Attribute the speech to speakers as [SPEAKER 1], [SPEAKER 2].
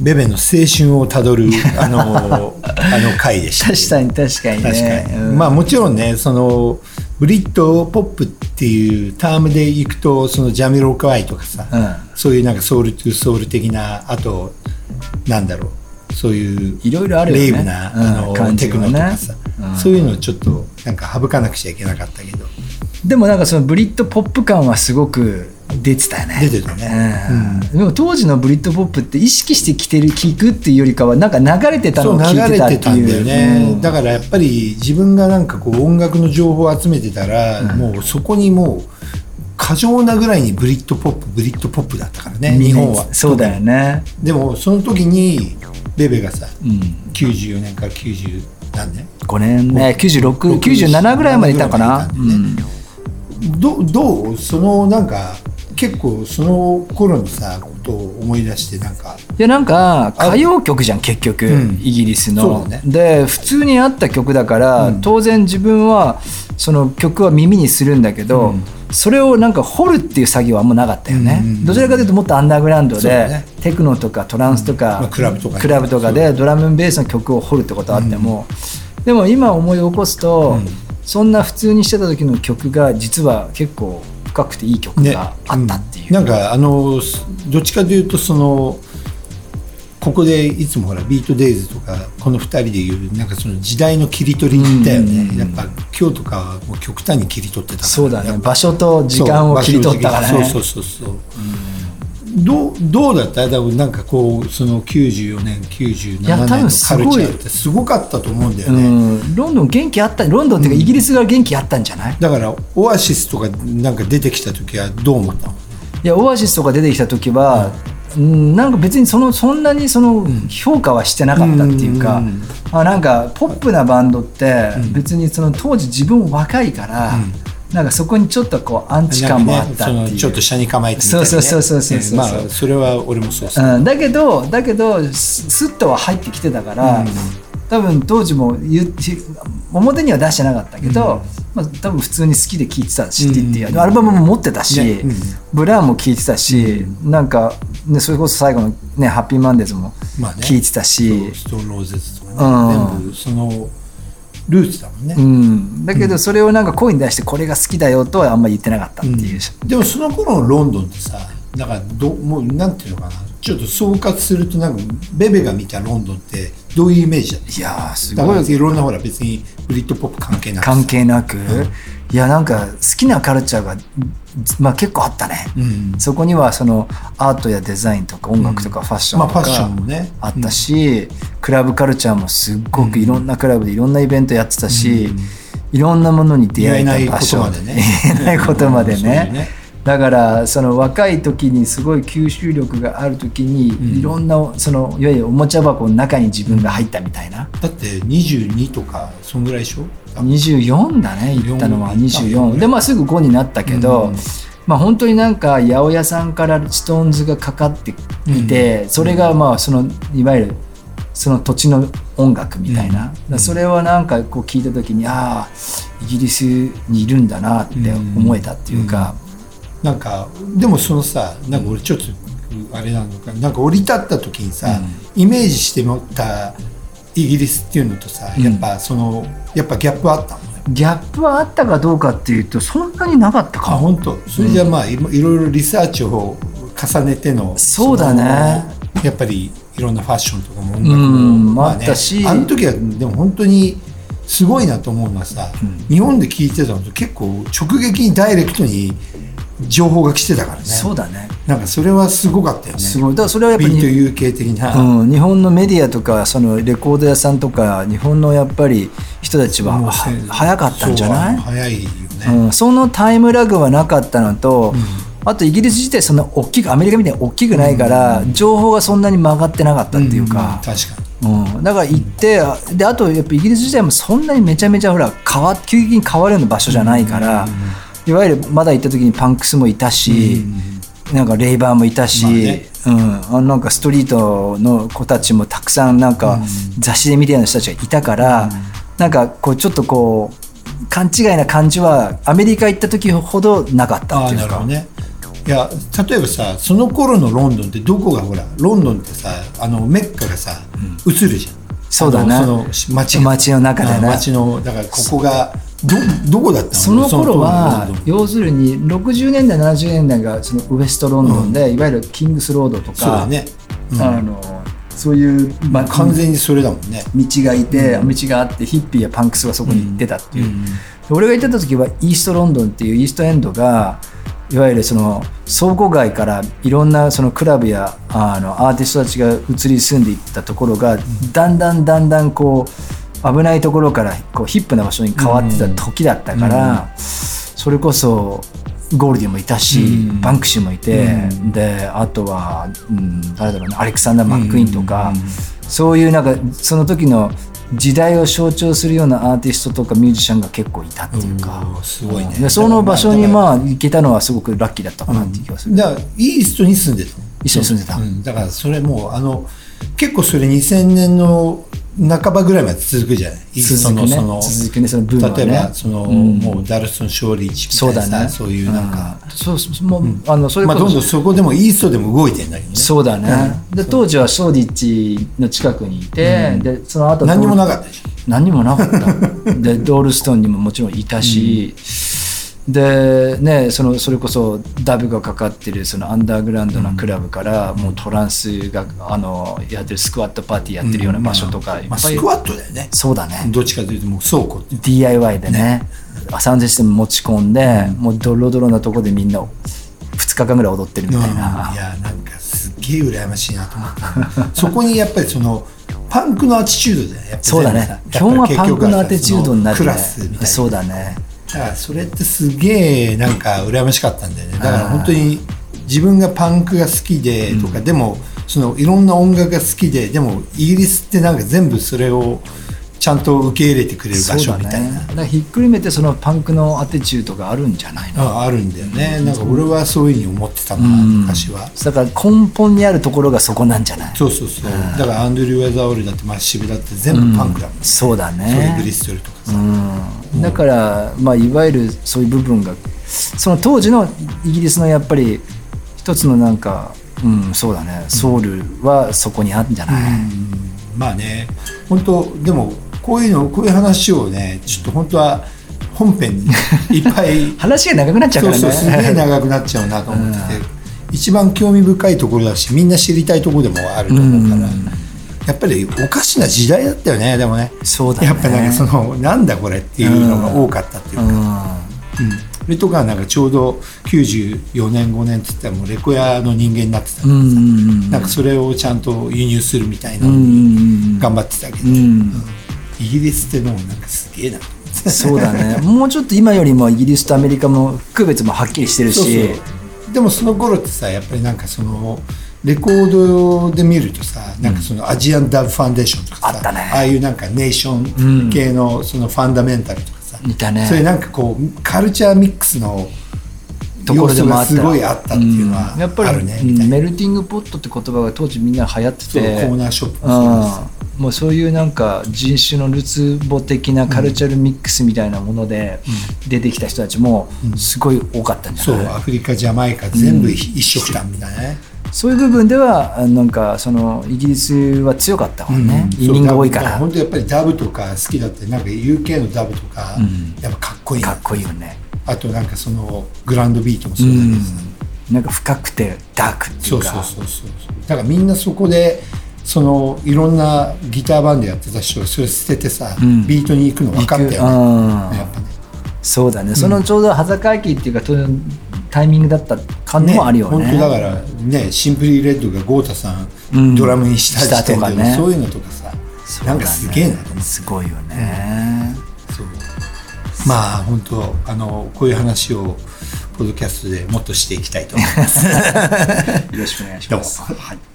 [SPEAKER 1] ベベの青春をたど るあのあの回でした
[SPEAKER 2] 確かに確かにね
[SPEAKER 1] 確かに、
[SPEAKER 2] うん
[SPEAKER 1] まあもちろんねそのブリッドポップっていうタームでいくとそのジャミロクワイとかさ、
[SPEAKER 2] う
[SPEAKER 1] そういうなんかソウルトゥソウル的なあとなんだろうそういう
[SPEAKER 2] いろいろあるよね
[SPEAKER 1] レイブな、あ
[SPEAKER 2] うん
[SPEAKER 1] の
[SPEAKER 2] 感じ
[SPEAKER 1] テ
[SPEAKER 2] が
[SPEAKER 1] クノ
[SPEAKER 2] ね
[SPEAKER 1] とかさ、
[SPEAKER 2] うん
[SPEAKER 1] そういうのをちょっとなんか省かなくちゃいけなかったけど
[SPEAKER 2] でもなんかそのブリッドポップ感はすごく出てたよね
[SPEAKER 1] 出てたね
[SPEAKER 2] うんでも当時のブリッドポップって意識してきてる聞くっていうよりかはなんか流れてたの
[SPEAKER 1] そう
[SPEAKER 2] を聞
[SPEAKER 1] 流
[SPEAKER 2] いて
[SPEAKER 1] れ
[SPEAKER 2] たってて
[SPEAKER 1] たんだ
[SPEAKER 2] い
[SPEAKER 1] よ
[SPEAKER 2] う
[SPEAKER 1] ね、
[SPEAKER 2] うん
[SPEAKER 1] だからやっぱり自分がなんかこう音楽の情報を集めてたら、もうそこにもう過剰なぐらいにブリッドポップブリッドポップだったからね日本は
[SPEAKER 2] そうだよね
[SPEAKER 1] でもその時にベベがさ
[SPEAKER 2] うん
[SPEAKER 1] 94年から90何年
[SPEAKER 2] 5年ね9697ぐらいまでいたのかな、
[SPEAKER 1] ぐらいまでいたんだよねどどうそのなんか結構その頃のさことを思い出してなんか
[SPEAKER 2] いやなんか歌謡曲じゃん結局、
[SPEAKER 1] うん
[SPEAKER 2] イギリス
[SPEAKER 1] そ
[SPEAKER 2] の、
[SPEAKER 1] うだね
[SPEAKER 2] で普通にあった曲だから、当然自分はその曲は耳にするんだけど、それをなんか掘るっていう作業はあんまなかったよね、
[SPEAKER 1] うんうんうん
[SPEAKER 2] どちらかというともっとアンダーグラウンド
[SPEAKER 1] そう
[SPEAKER 2] で、
[SPEAKER 1] だね
[SPEAKER 2] テクノとかトランスとか、
[SPEAKER 1] まあクラブとかね
[SPEAKER 2] クラブとかでドラムベースの曲を掘るってことはあっても、でも今思い起こすと、そんな普通にしてた時の曲が実は結構深くていい曲があったっていう、
[SPEAKER 1] んなんかあのすどっちかというとそのここでいつもほらビートデイズとかこの2人でいうなんかその時代の切り取りだよね、やっぱ今日とかはもう極端に切り取ってたから
[SPEAKER 2] そう
[SPEAKER 1] や
[SPEAKER 2] だね
[SPEAKER 1] っぱ
[SPEAKER 2] 場所と時間を切り取ったからね
[SPEAKER 1] そうそうそうそうどうどうだった多分なんかこうその94年97
[SPEAKER 2] いや多
[SPEAKER 1] 年
[SPEAKER 2] 分
[SPEAKER 1] の
[SPEAKER 2] す
[SPEAKER 1] カ
[SPEAKER 2] ごい
[SPEAKER 1] ルチャーってすごかったと思うんだよね、
[SPEAKER 2] うん、ロンドン元気あったロンドンっていうかイギリスが元気あったんじゃない、い
[SPEAKER 1] だからオアシスとかなんか出てきた時はどう思ったの
[SPEAKER 2] やオアシスとか出てきた時は、うん、なんか別にそのそんなにその評価はしてなかったっていうか、
[SPEAKER 1] うん
[SPEAKER 2] あなんかポップなバンドって別にその当時自分若いから、なんかそこにちょっとこうアンチ感もあったっていう、
[SPEAKER 1] なんかねそのちょっと車に構えてみたいな、ね、
[SPEAKER 2] そうそうそうそうそう
[SPEAKER 1] えーまあそれは俺もそうです、
[SPEAKER 2] うん、だけどだけどススッとは入ってきてたから、多分当時も言って表には出してなかったけど、まあ、多分普通に好きで聴いてたし、っていうアルバムも持ってたし、
[SPEAKER 1] ねうん
[SPEAKER 2] ブラーも聴いてたし、なんか、ね、それこそ最後の、ね「ハッピーマンデーズ」も
[SPEAKER 1] まあね
[SPEAKER 2] 聴いてたし、
[SPEAKER 1] そうストーンローゼズとかね、
[SPEAKER 2] うん
[SPEAKER 1] 全部そのルーツだもんね、
[SPEAKER 2] うん、だけどそれをなんか声に出してこれが好きだよとはあんま言ってなかったっていう、
[SPEAKER 1] でもその頃のロンドンってさだからどもうなんていうのかなちょっと総括するとなんかベベが見たロンドンってどういうイメージだった
[SPEAKER 2] いやーす
[SPEAKER 1] だ
[SPEAKER 2] ご
[SPEAKER 1] か
[SPEAKER 2] い
[SPEAKER 1] らいろんなほら別にブリッドポップ関係なくさ
[SPEAKER 2] 関係なく、いやなんか好きなカルチャーが、まあ、結構あったね、
[SPEAKER 1] ん
[SPEAKER 2] そこにはそのアートやデザインとか音楽とかファッショ
[SPEAKER 1] まあ
[SPEAKER 2] ンと
[SPEAKER 1] ファッション
[SPEAKER 2] か
[SPEAKER 1] もね
[SPEAKER 2] あったし、クラブカルチャーもすっごくいろんなクラブでいろんなイベントやってたし、いろんなものに出会えた
[SPEAKER 1] 言えない
[SPEAKER 2] 場所
[SPEAKER 1] ことまでね
[SPEAKER 2] 言えないことまで
[SPEAKER 1] うんそうだ
[SPEAKER 2] ね
[SPEAKER 1] よね
[SPEAKER 2] だからその若い時にすごい吸収力がある時にいろんなそのいわゆるおもちゃ箱の中に自分が入ったみたいな、
[SPEAKER 1] だって22とかそんぐらいでしょ
[SPEAKER 2] 24だね行ったのは24
[SPEAKER 1] 24
[SPEAKER 2] でまあすぐ5になったけど、まあ本当になんか八百屋さんからストーンズがかかっていて、それがまあそのいわゆるその土地の音楽みたいな、だからそれはなんかこう聞いた時にああイギリスにいるんだなって思えたっていうか、
[SPEAKER 1] なんかでもそのさなんか俺ちょっとあれなのかなんか降り立った時にさ、イメージしてもったイギリスっていうのとさ、やっぱそのやっぱギャップあったもんね
[SPEAKER 2] ギャップはあったかどうかっていうとそんなになかった
[SPEAKER 1] あ
[SPEAKER 2] かも
[SPEAKER 1] 本当それじゃあまあ、いろいろいろリサーチを重ねての
[SPEAKER 2] そうだね
[SPEAKER 1] そのやっぱりいろんなファッションとかも音楽
[SPEAKER 2] うん
[SPEAKER 1] も、
[SPEAKER 2] あったし
[SPEAKER 1] あの時はでも本当にすごいなと思うのはさ、日本で聞いてたのと結構直撃にダイレクトに情報が来てたからね
[SPEAKER 2] そうだね
[SPEAKER 1] なんかそれはすごかったよね
[SPEAKER 2] すごいだからそれはやっぱ
[SPEAKER 1] ビ
[SPEAKER 2] り
[SPEAKER 1] ート UK 的な、
[SPEAKER 2] うん、日本のメディアとかそのレコード屋さんとか日本のやっぱり人たちは
[SPEAKER 1] もう
[SPEAKER 2] は
[SPEAKER 1] せ
[SPEAKER 2] 早かったんじゃな
[SPEAKER 1] そう
[SPEAKER 2] い
[SPEAKER 1] 早いよ
[SPEAKER 2] う
[SPEAKER 1] ね、
[SPEAKER 2] ん、そのタイムラグはなかったのと、あとイギリス自体そんな大きくアメリカみたいに大きくないから、情報がそんなに曲がってなかったっていうか、
[SPEAKER 1] 確かに
[SPEAKER 2] うんだから行ってあであとやっぱイギリス自体もそんなにめちゃめちゃほら変わ急激に変わるような場所じゃないから、いわゆるまだ行った時にパンクスもいたし、なんかレイバーもいたし、
[SPEAKER 1] まあね
[SPEAKER 2] うん、あのなんかストリートの子たちもたくさんなんか雑誌で見てるような人たちがいたから、なんかこうちょっとこう勘違いな感じはアメリカ行った時ほどなかった
[SPEAKER 1] あ
[SPEAKER 2] っ
[SPEAKER 1] あ
[SPEAKER 2] てい
[SPEAKER 1] な
[SPEAKER 2] う
[SPEAKER 1] るほ
[SPEAKER 2] か
[SPEAKER 1] ど。ねいや例えばさその頃のロンドンってどこがほらロンドンってさあのメッカがさ、映るじゃん
[SPEAKER 2] そうだな
[SPEAKER 1] あのその街
[SPEAKER 2] 街の中でな
[SPEAKER 1] あ街のだからここがどどこだったの
[SPEAKER 2] その頃
[SPEAKER 1] その
[SPEAKER 2] は
[SPEAKER 1] 頃のロンドン
[SPEAKER 2] 要するに60年代70年代がそのウエストロンドンで、いわゆるキングスロードと
[SPEAKER 1] そうだ
[SPEAKER 2] か
[SPEAKER 1] ね、うん
[SPEAKER 2] あのそういう、まあ、
[SPEAKER 1] 完全にそれだもんね、
[SPEAKER 2] 道がいて、道があってヒッピーやパンクスがそこに出たっていう、で俺が行ってた時はイーストロンドンっていうイーストエンドがいわゆるその倉庫街からいろんなそのクラブやあのアーティストたちが移り住んでいったところが、だんだんだんだんこう危ないところからこうヒップな場所に変わってた時だったから、それこそゴールディもいたし、
[SPEAKER 1] うん
[SPEAKER 2] バンクシーもいて、であとは、うん、誰だろうなアレクサンダー・マック・イーンとか、そういうなんかその時の時代を象徴するようなアーティストとかミュージシャンが結構いたっていうか
[SPEAKER 1] う、んすごいね
[SPEAKER 2] でその場所に
[SPEAKER 1] だから
[SPEAKER 2] まあ行けたのはすごくラッキーだったかなっていう気がする、
[SPEAKER 1] だからイーストに住んでたの
[SPEAKER 2] 一緒に住んでた、
[SPEAKER 1] うん、だからそれもうあの結構それ2000年の半ばぐらいまで続くじゃないイースト
[SPEAKER 2] 続く
[SPEAKER 1] の
[SPEAKER 2] ね
[SPEAKER 1] その
[SPEAKER 2] 続くねそのブームはね
[SPEAKER 1] 例えばその、
[SPEAKER 2] うん
[SPEAKER 1] もうダルスの勝利地
[SPEAKER 2] そうだね
[SPEAKER 1] そういうなんか、、
[SPEAKER 2] うんそうそうもう、あのそれこ
[SPEAKER 1] まあ、
[SPEAKER 2] そ、
[SPEAKER 1] どんどんそこでもイーストでも動いてんだけどね
[SPEAKER 2] そうだね、で当時はショーディッチの近くにいて、でその後
[SPEAKER 1] 何にもなかったでしょ
[SPEAKER 2] 何もなかっ たでドールストーンにももちろんいたし、でねそのそれこそダブがかかってるそのアンダーグラウンドなクラブから、もうトランスがあのやってるスクワットパーティーやってるような場所とか、いっ
[SPEAKER 1] まあ、
[SPEAKER 2] ぱい
[SPEAKER 1] スクワットだよね
[SPEAKER 2] そうだね、
[SPEAKER 1] どっちかというともう倉庫っていう
[SPEAKER 2] DIY でねサウンドシステム持ち込んで、もうドロドロなとこでみんな2日間ぐらい踊ってるみ
[SPEAKER 1] うん
[SPEAKER 2] たい
[SPEAKER 1] い
[SPEAKER 2] な、
[SPEAKER 1] やなんかすっげえ羨ましいなと思ったそこにやっぱりそのパンクのアティチュードだよねやっぱ
[SPEAKER 2] そうだね基本はパンクのアテチュードになる、ね、
[SPEAKER 1] クラスみたいな
[SPEAKER 2] そうだね
[SPEAKER 1] だからそれってすげえなんか羨ましかったんだよねだから本当に自分がパンクが好きでとか、でもそのいろんな音楽が好きででもイギリスってなんか全部それをちゃんと受け入れてくれる場所みたいな、
[SPEAKER 2] だからひっくるめてそのパンクのアテチュードがあるんじゃないの
[SPEAKER 1] ああるんだよねなんか俺はそういうふうに思ってたな、昔は。
[SPEAKER 2] だから根本にあるところがそこなんじゃない
[SPEAKER 1] そうそうそうだからアンドリュー・ウェザーオールだってマッシブだって全部パンクだもん、
[SPEAKER 2] そうだ
[SPEAKER 1] そういうブリ
[SPEAKER 2] ね
[SPEAKER 1] ストルとかさ、
[SPEAKER 2] うんだから、まあ、いわゆるそういう部分がその当時のイギリスのやっぱり一つのなんか、うん、そうだねソウルはそこにあるんじゃない、
[SPEAKER 1] まあね本当でもこういうのこういう話をねちょっと本当は本編にいっぱい
[SPEAKER 2] 話が長くなっちゃ
[SPEAKER 1] そ
[SPEAKER 2] うか
[SPEAKER 1] う
[SPEAKER 2] らね
[SPEAKER 1] そうすげえ長くなっちゃうなと思ってて、一番興味深いところだしみんな知りたいところでもあると思うから、やっぱりおかしな時代だったよねでもね
[SPEAKER 2] そうだね
[SPEAKER 1] やっぱなんかそのなんだこれっていうのが多かったっていうか、うんそれとかなんかちょうど94年5年っつったらもうレコヤの人間になってたからさ、
[SPEAKER 2] うんうんうん
[SPEAKER 1] なんかそれをちゃんと輸入するみたいなの
[SPEAKER 2] うん
[SPEAKER 1] に
[SPEAKER 2] うん
[SPEAKER 1] 頑張ってたけど、
[SPEAKER 2] うんうん
[SPEAKER 1] イギリスってのもなんかすげえな
[SPEAKER 2] そうだねもうちょっと今よりもイギリスとアメリカも区別もはっきりしてるし
[SPEAKER 1] そうそうでもその頃ってさやっぱりなんかそのレコードで見るとさなんかそのアジアンダブファンデーションとか
[SPEAKER 2] あ
[SPEAKER 1] さ
[SPEAKER 2] ったね
[SPEAKER 1] ああいうなんかネーション系のそのファンダメンタルとかさ、
[SPEAKER 2] いたね
[SPEAKER 1] そういうなんかこうカルチャーミックスの
[SPEAKER 2] ところでもあった
[SPEAKER 1] 要素がすごいあったっていうのは
[SPEAKER 2] やっぱ
[SPEAKER 1] あ
[SPEAKER 2] り、
[SPEAKER 1] るね
[SPEAKER 2] うん
[SPEAKER 1] みたいな、
[SPEAKER 2] メルティングポットって言葉が当時みんな流行って
[SPEAKER 1] そうコ
[SPEAKER 2] て
[SPEAKER 1] ーナーショップもそうです
[SPEAKER 2] うんもうそういうなんか人種のるつぼ的なカルチャルミックスみたいなもので出てきた人たちもすごい多かったんじゃ
[SPEAKER 1] そ
[SPEAKER 2] な
[SPEAKER 1] う
[SPEAKER 2] い、
[SPEAKER 1] アフリカジャマイカ全部一色だみたいなね、
[SPEAKER 2] そういう部分ではあなんかそのイギリスは強かったもんね、移民が多いから
[SPEAKER 1] 本当やっぱりダブとか好きだってなんか UK のダブとか、やっぱかっこいいな
[SPEAKER 2] かっこいいよね
[SPEAKER 1] あとなんかそのグランドビートもそうだけどさ、
[SPEAKER 2] なんか深くてダークってい
[SPEAKER 1] そうう
[SPEAKER 2] か
[SPEAKER 1] そうそうそうだからみんなそこでそのいろんなギターバンドやってた人がそれ捨ててさ、ビートに行くの分かったよね
[SPEAKER 2] うん
[SPEAKER 1] やっぱね
[SPEAKER 2] そうだね、そのちょうど裸駅っていうかとタイミングだった感もあるよね
[SPEAKER 1] 本当だからねシンプリレッドが豪太さん、
[SPEAKER 2] うん
[SPEAKER 1] ドラムにした時点
[SPEAKER 2] したと
[SPEAKER 1] で、
[SPEAKER 2] かね
[SPEAKER 1] そういうのとかさ、
[SPEAKER 2] そうだ
[SPEAKER 1] なん
[SPEAKER 2] ね
[SPEAKER 1] かすげえなと思って
[SPEAKER 2] すごいよね、
[SPEAKER 1] そうまあ本当あのこういう話を ポッドキャストでもっとしていきたいと思います。
[SPEAKER 2] よろしくお願いし
[SPEAKER 1] どう
[SPEAKER 2] ま
[SPEAKER 1] も
[SPEAKER 2] す。
[SPEAKER 1] はい